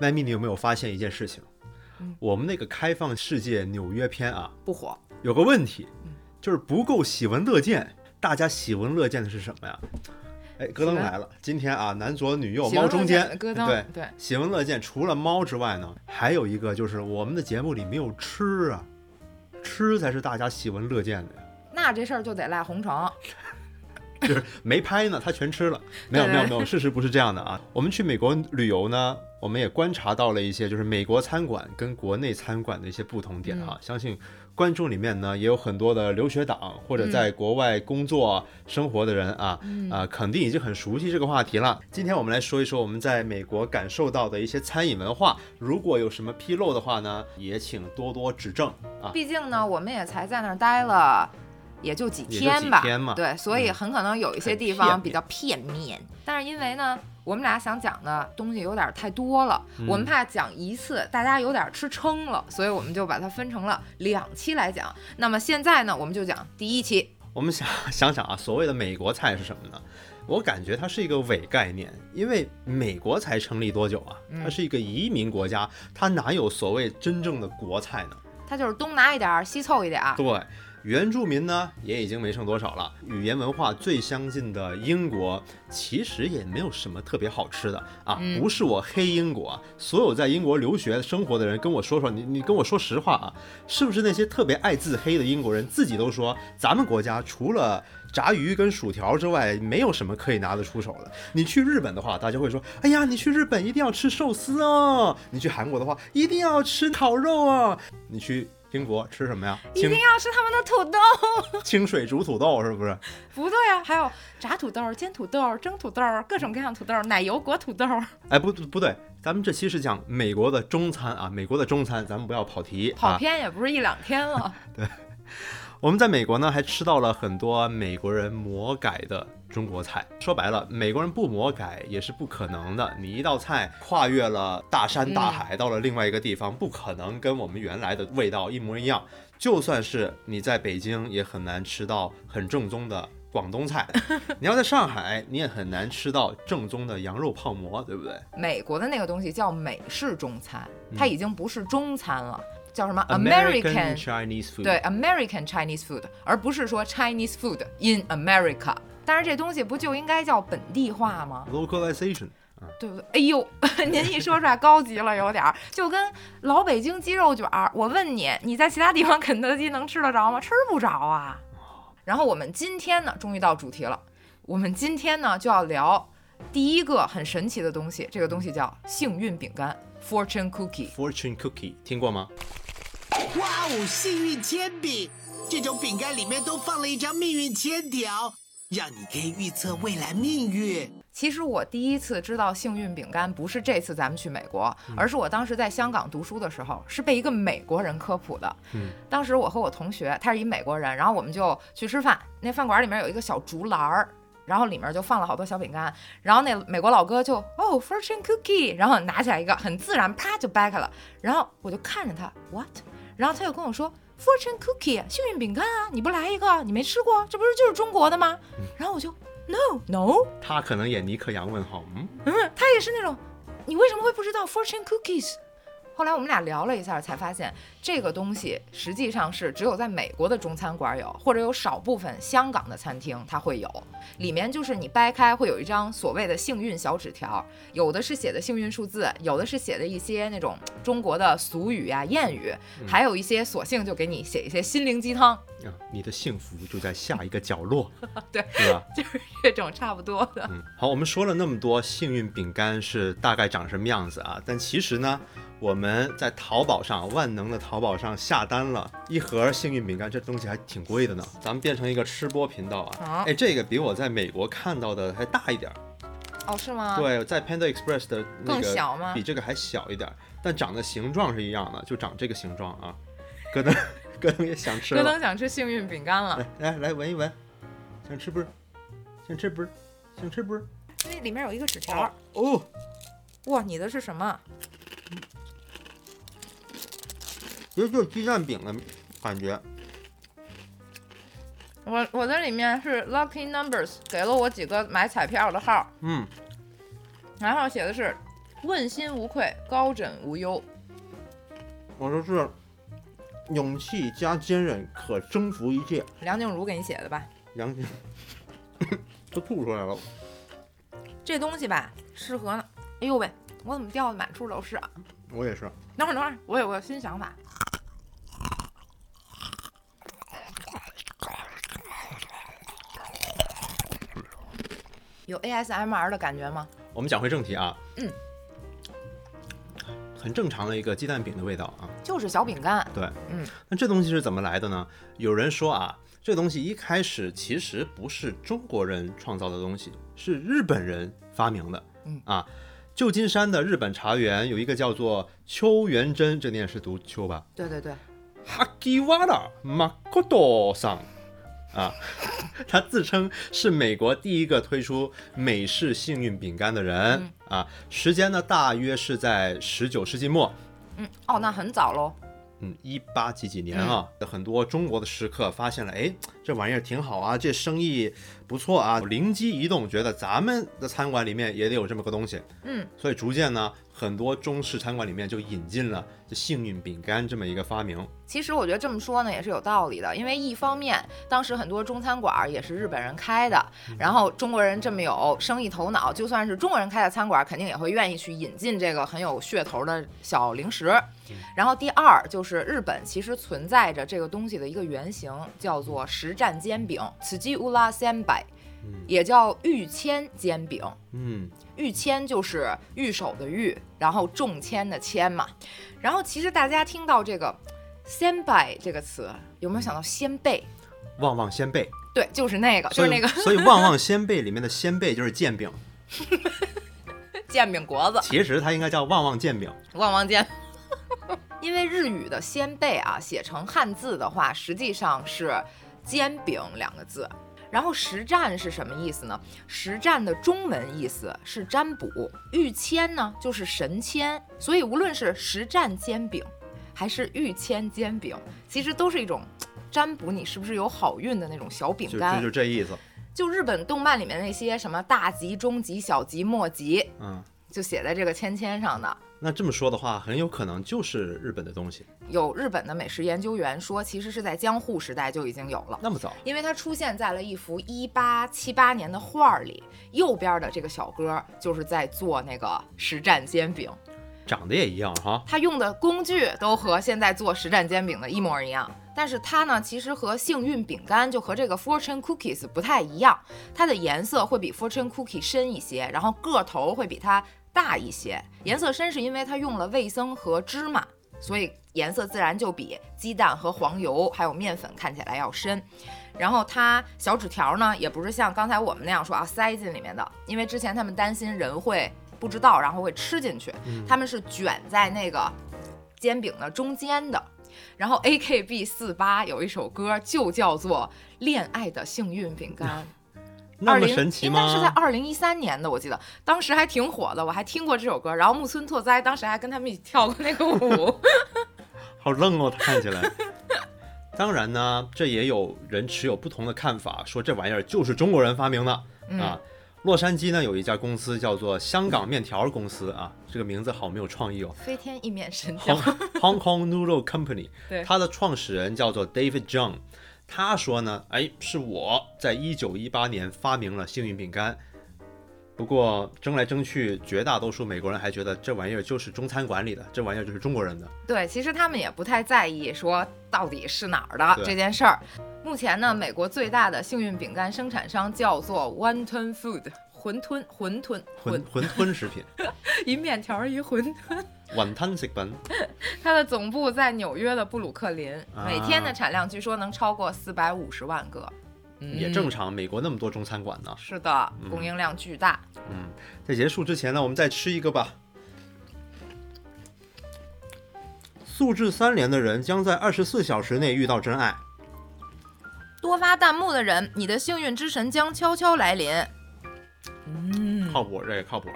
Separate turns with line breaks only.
麦蜜，你有没有发现一件事情？
嗯
我们那个开放世界纽约篇啊，
不火。
有个问题，
嗯
就是不够喜闻乐见。大家喜闻乐见的是什么呀？哎，戈登来了，今天啊，男左女右，
喜闻
猫
乐
中
见
间，
戈登
对
对
喜闻乐见。除了猫之外呢，还有一个就是我们的节目里没有吃啊，吃才是大家喜闻乐见的呀。
那这事儿就得赖红城，
就是没拍呢，他全吃了。没有
对
没有没有，事实不是这样的啊。我们去美国旅游呢，我们也观察到了一些就是美国餐馆跟国内餐馆的一些不同点
嗯
啊。相信观众里面呢也有很多的留学党或者在国外工作生活的人啊，
嗯
啊，肯定已经很熟悉这个话题了。今天我们来说一说我们在美国感受到的一些餐饮文化，如果有什么纰漏的话呢，也请多多指正啊。
毕竟呢，我们也才在那儿待了。也就几
也就
天
几
吧，
天嘛
对，所以
嗯
很可能有一些
很
地
片
方
面
比较片面，但是因为呢，我们俩想讲的东西有点太多了，
嗯
我们怕讲一次大家有点吃撑了，所以我们就把它分成了两期来讲。那么现在呢，我们就讲第一期，
我们想 想想啊，所谓的美国菜是什么呢？我感觉它是一个伪概念，因为美国才成立多久啊？它是一个移民国家，它哪有所谓真正的国菜呢？
它就是东拿一点儿，西凑一点儿，
对，原住民呢也已经没剩多少了。语言文化最相近的英国，其实也没有什么特别好吃的啊。
嗯
不是我黑英国，啊，所有在英国留学生活的人跟我说说，你你跟我说实话啊，是不是那些特别爱自黑的英国人自己都说，咱们国家除了炸鱼跟薯条之外，没有什么可以拿得出手的。你去日本的话，大家会说，哎呀，你去日本一定要吃寿司哦；你去韩国的话，一定要吃烤肉哦；你去英国吃什么呀？
一
清
定要吃他们的土豆。
清水煮土豆是不是？
不对啊，还有炸土豆、煎土豆、蒸土豆，各种各样土豆，奶油果土豆。
哎，不不对，咱们这期是讲美国的中餐啊，美国的中餐，咱们不要跑题
跑
啊。
偏也不是一两天了，
我们在美国呢，还吃到了很多美国人魔改的中国菜。说白了，美国人不魔改也是不可能的。你一道菜跨越了大山大海，到了另外一个地方，不可能跟我们原来的味道一模一样。就算是你在北京，也很难吃到很正宗的。广东菜， 你要在上海，你也很难吃到正宗的羊肉泡馍，对不对？
美国的那个东西叫美式中餐，它已经不是中餐了，叫什么
嗯 American Chinese food。
对 American Chinese food，而不是说 Chinese food in America。但是这东西不就应该叫本地化吗？
，localization。
对不对？哎呦， 您一说出来高级了，有点儿，就跟老北京鸡肉卷儿。我问你，你在其他地方肯德基能吃得着吗？吃不着啊。然后我们今天呢，终于到主题了。我们今天呢就要聊第一个很神奇的东西，这个东西叫幸运饼干 （fortune cookie）。
Fortune cookie 听过吗？
哇哦，幸运铅笔！这种饼干里面都放了一张命运签条，让你可以预测未来命运。
其实我第一次知道幸运饼干不是这次咱们去美国，而是我当时在香港读书的时候，是被一个美国人科普的。
嗯
当时我和我同学，他是一美国人，然后我们就去吃饭，那饭馆里面有一个小竹篮儿。然后里面就放了好多小饼干，然后那美国老哥就哦 fortune cookie，然后拿起来一个，很自然啪就掰开了，然后我就看着他 what，然后他又跟我说 fortune cookie 幸运饼干啊，你不来一个，你没吃过，这不是就是中国的吗？然后我就 no no，
他可能演尼克杨问号，嗯，
嗯，他也是那种，你为什么会不知道 fortune cookies？后来我们俩聊了一下，才发现这个东西实际上是只有在美国的中餐馆有，或者有少部分香港的餐厅它会有。里面就是你掰开会有一张所谓的幸运小纸条，有的是写的幸运数字，有的是写的一些那种中国的俗语啊、谚语，还有一些索性就给你写一些心灵鸡汤，
啊，你的幸福就在下一个角 落，
对
是吧？
就是这种差不多的。
嗯，好，我们说了那么多幸运饼干是大概长什么样子啊，但其实呢，我们在淘宝上，万能的淘宝上下单了一盒幸运饼干，这东西还挺贵的呢。咱们变成一个吃播频道啊
好，
哎，这个比我在美国看到的还大一点儿。
哦，是 吗？，
对，在 Panda Express 的那个
更小吗
比这个还小一点儿，但长的形状是一样的，就长这个形状啊。戈登，戈登也想吃
戈
了，
登想吃幸运饼干了，
来来来闻一闻，想吃不是？想吃不是？想吃不是？
那里面有一个纸条。
哦，
哇，你的是什么？
有种鸡蛋饼的感觉。
我我的里面是 lucky numbers，给了我几个买彩票的号，
嗯，
然后写的是问心无愧，高枕无忧。
我说是勇气加坚韧，可征服一切。
梁静茹给你写的吧？
杨 姐都吐出来了。
这东西吧，适合呢。哎呦喂，我怎么掉的满处都是啊？
我也是，
等会儿，等会儿，我有个新想法。有 ASMR 的感觉吗？
我们讲回正题啊。
嗯。
很正常的一个鸡蛋饼的味道啊。
就是小饼干，
对，
嗯，
那这东西是怎么来的呢？有人说啊，这东西一开始其实不是中国人创造的东西，是日本人发明的。
嗯
啊，旧金山的日本茶园有一个叫做秋元真，这念是读秋吧？
对对对，
哈基瓦拉马可多桑啊， 他自称是美国第一个推出美式幸运饼干的人、
嗯
啊，时间呢大约是在十九世纪末，
嗯，哦，那很早喽，
嗯，一八几几年
嗯
啊，很多中国的食客发现了，哎，这玩意儿挺好啊，这生意不错啊，灵机一动，觉得咱们的餐馆里面也得有这么个东西，
嗯，
所以逐渐呢，很多中式餐馆里面就引进了这幸运饼干这么一个发明，
其实我觉得这么说呢也是有道理的，因为一方面当时很多中餐馆儿也是日本人开的，然后中国人这么有生意头脑，就算是中国人开的餐馆儿，肯定也会愿意去引进这个很有噱头的小零食。然后第二就是日本其实存在着这个东西的一个原型，叫做实战煎饼 t s u j i u l a s e n b a i 也叫御签煎饼。
嗯，
御签就是御手的御，然后中签的签嘛。然后其实大家听到这个“先辈”这个词，有没有想到先辈？
旺旺仙贝，
对，就是那个， 就是那个
所以 旺旺仙贝里面的仙贝就是煎饼，
煎饼果子，
其实它应该叫旺旺煎饼，
旺旺煎。因为日语的“先辈”啊，写成汉字的话，实际上是“煎饼”两个字。然后实战是什么意思呢？实战的中文意思是占卜，御签呢就是神签，所以无论是实战煎饼，还是御签煎饼，其实都是一种嘖占卜你是不是有好运的那种小饼
就
干
就。就这意思，
就日本动漫里面那些什么大吉、中吉、小吉、末吉，
嗯，
就写在这个签签上的。
那这么说的话，很有可能就是日本的东西，
有日本的美食研究员说，其实是在江户时代就已经有了。
那么早，
因为它出现在了一幅一八七八年的画儿里，右边的这个小哥就是在做那个实战煎饼，
长得也一样哈，
他用的工具都和现在做实战煎饼的一模一样。但是它呢，其实和幸运饼干就和这个 fortune cookies 不太一样，它的颜色会比 fortune cookie 深一些，然后个头会比它大一些。颜色深是因为它用了味增和芝麻，所以颜色自然就比鸡蛋和黄油还有面粉看起来要深。然后它小纸条呢，也不是像刚才我们那样说啊塞进里面的，因为之前他们担心人会不知道，然后会吃进去，
嗯
他们是卷在那个煎饼的中间的。然后 A K B 四八有一首歌就叫做《恋爱的幸运饼 干》，
嗯那
二
么
零
神奇
应
吗？
该是在二零一三年的，我记得当时还挺火的，我还听过这首歌。然后木村拓哉当时还跟他们一起跳过那个舞。
好愣哦，他看起来。 当然呢，这也有人持有不同的看法，说这玩意儿就是中国人发明的、啊。洛杉矶呢有一家公司叫做香港面条公司啊，这个名字好没有创意哦。
飞天一面神雕
Hong，Hong Kong Noodle Company，
对
它的创始人叫做 David John，他说呢，哎，是我在一九一八年发明了幸运饼干。不过争来争去，绝大多数美国人还觉得这玩意儿就是中餐馆里的，这玩意儿就是中国人的。
对，其实他们也不太在意说到底是哪儿的
对
这件事儿。目前呢，美国最大的幸运饼干生产商叫做 Wonton Food，馄饨，馄饨，
馄
馄
馄饨食品，
一面条儿一馄饨。
晚餐食品。
它的总部在纽约的布鲁克林，
啊
每天的产量据说能超过四百五十万个。嗯
也正常，美国那么多中餐馆呢。
是的，
嗯
供应量巨大。
在结束之前呢，我们再吃一个吧。素质三连的人将在二十四小时内遇到真爱。
多发弹幕的人，你的幸运之神将悄悄来临。
靠谱，这个靠谱。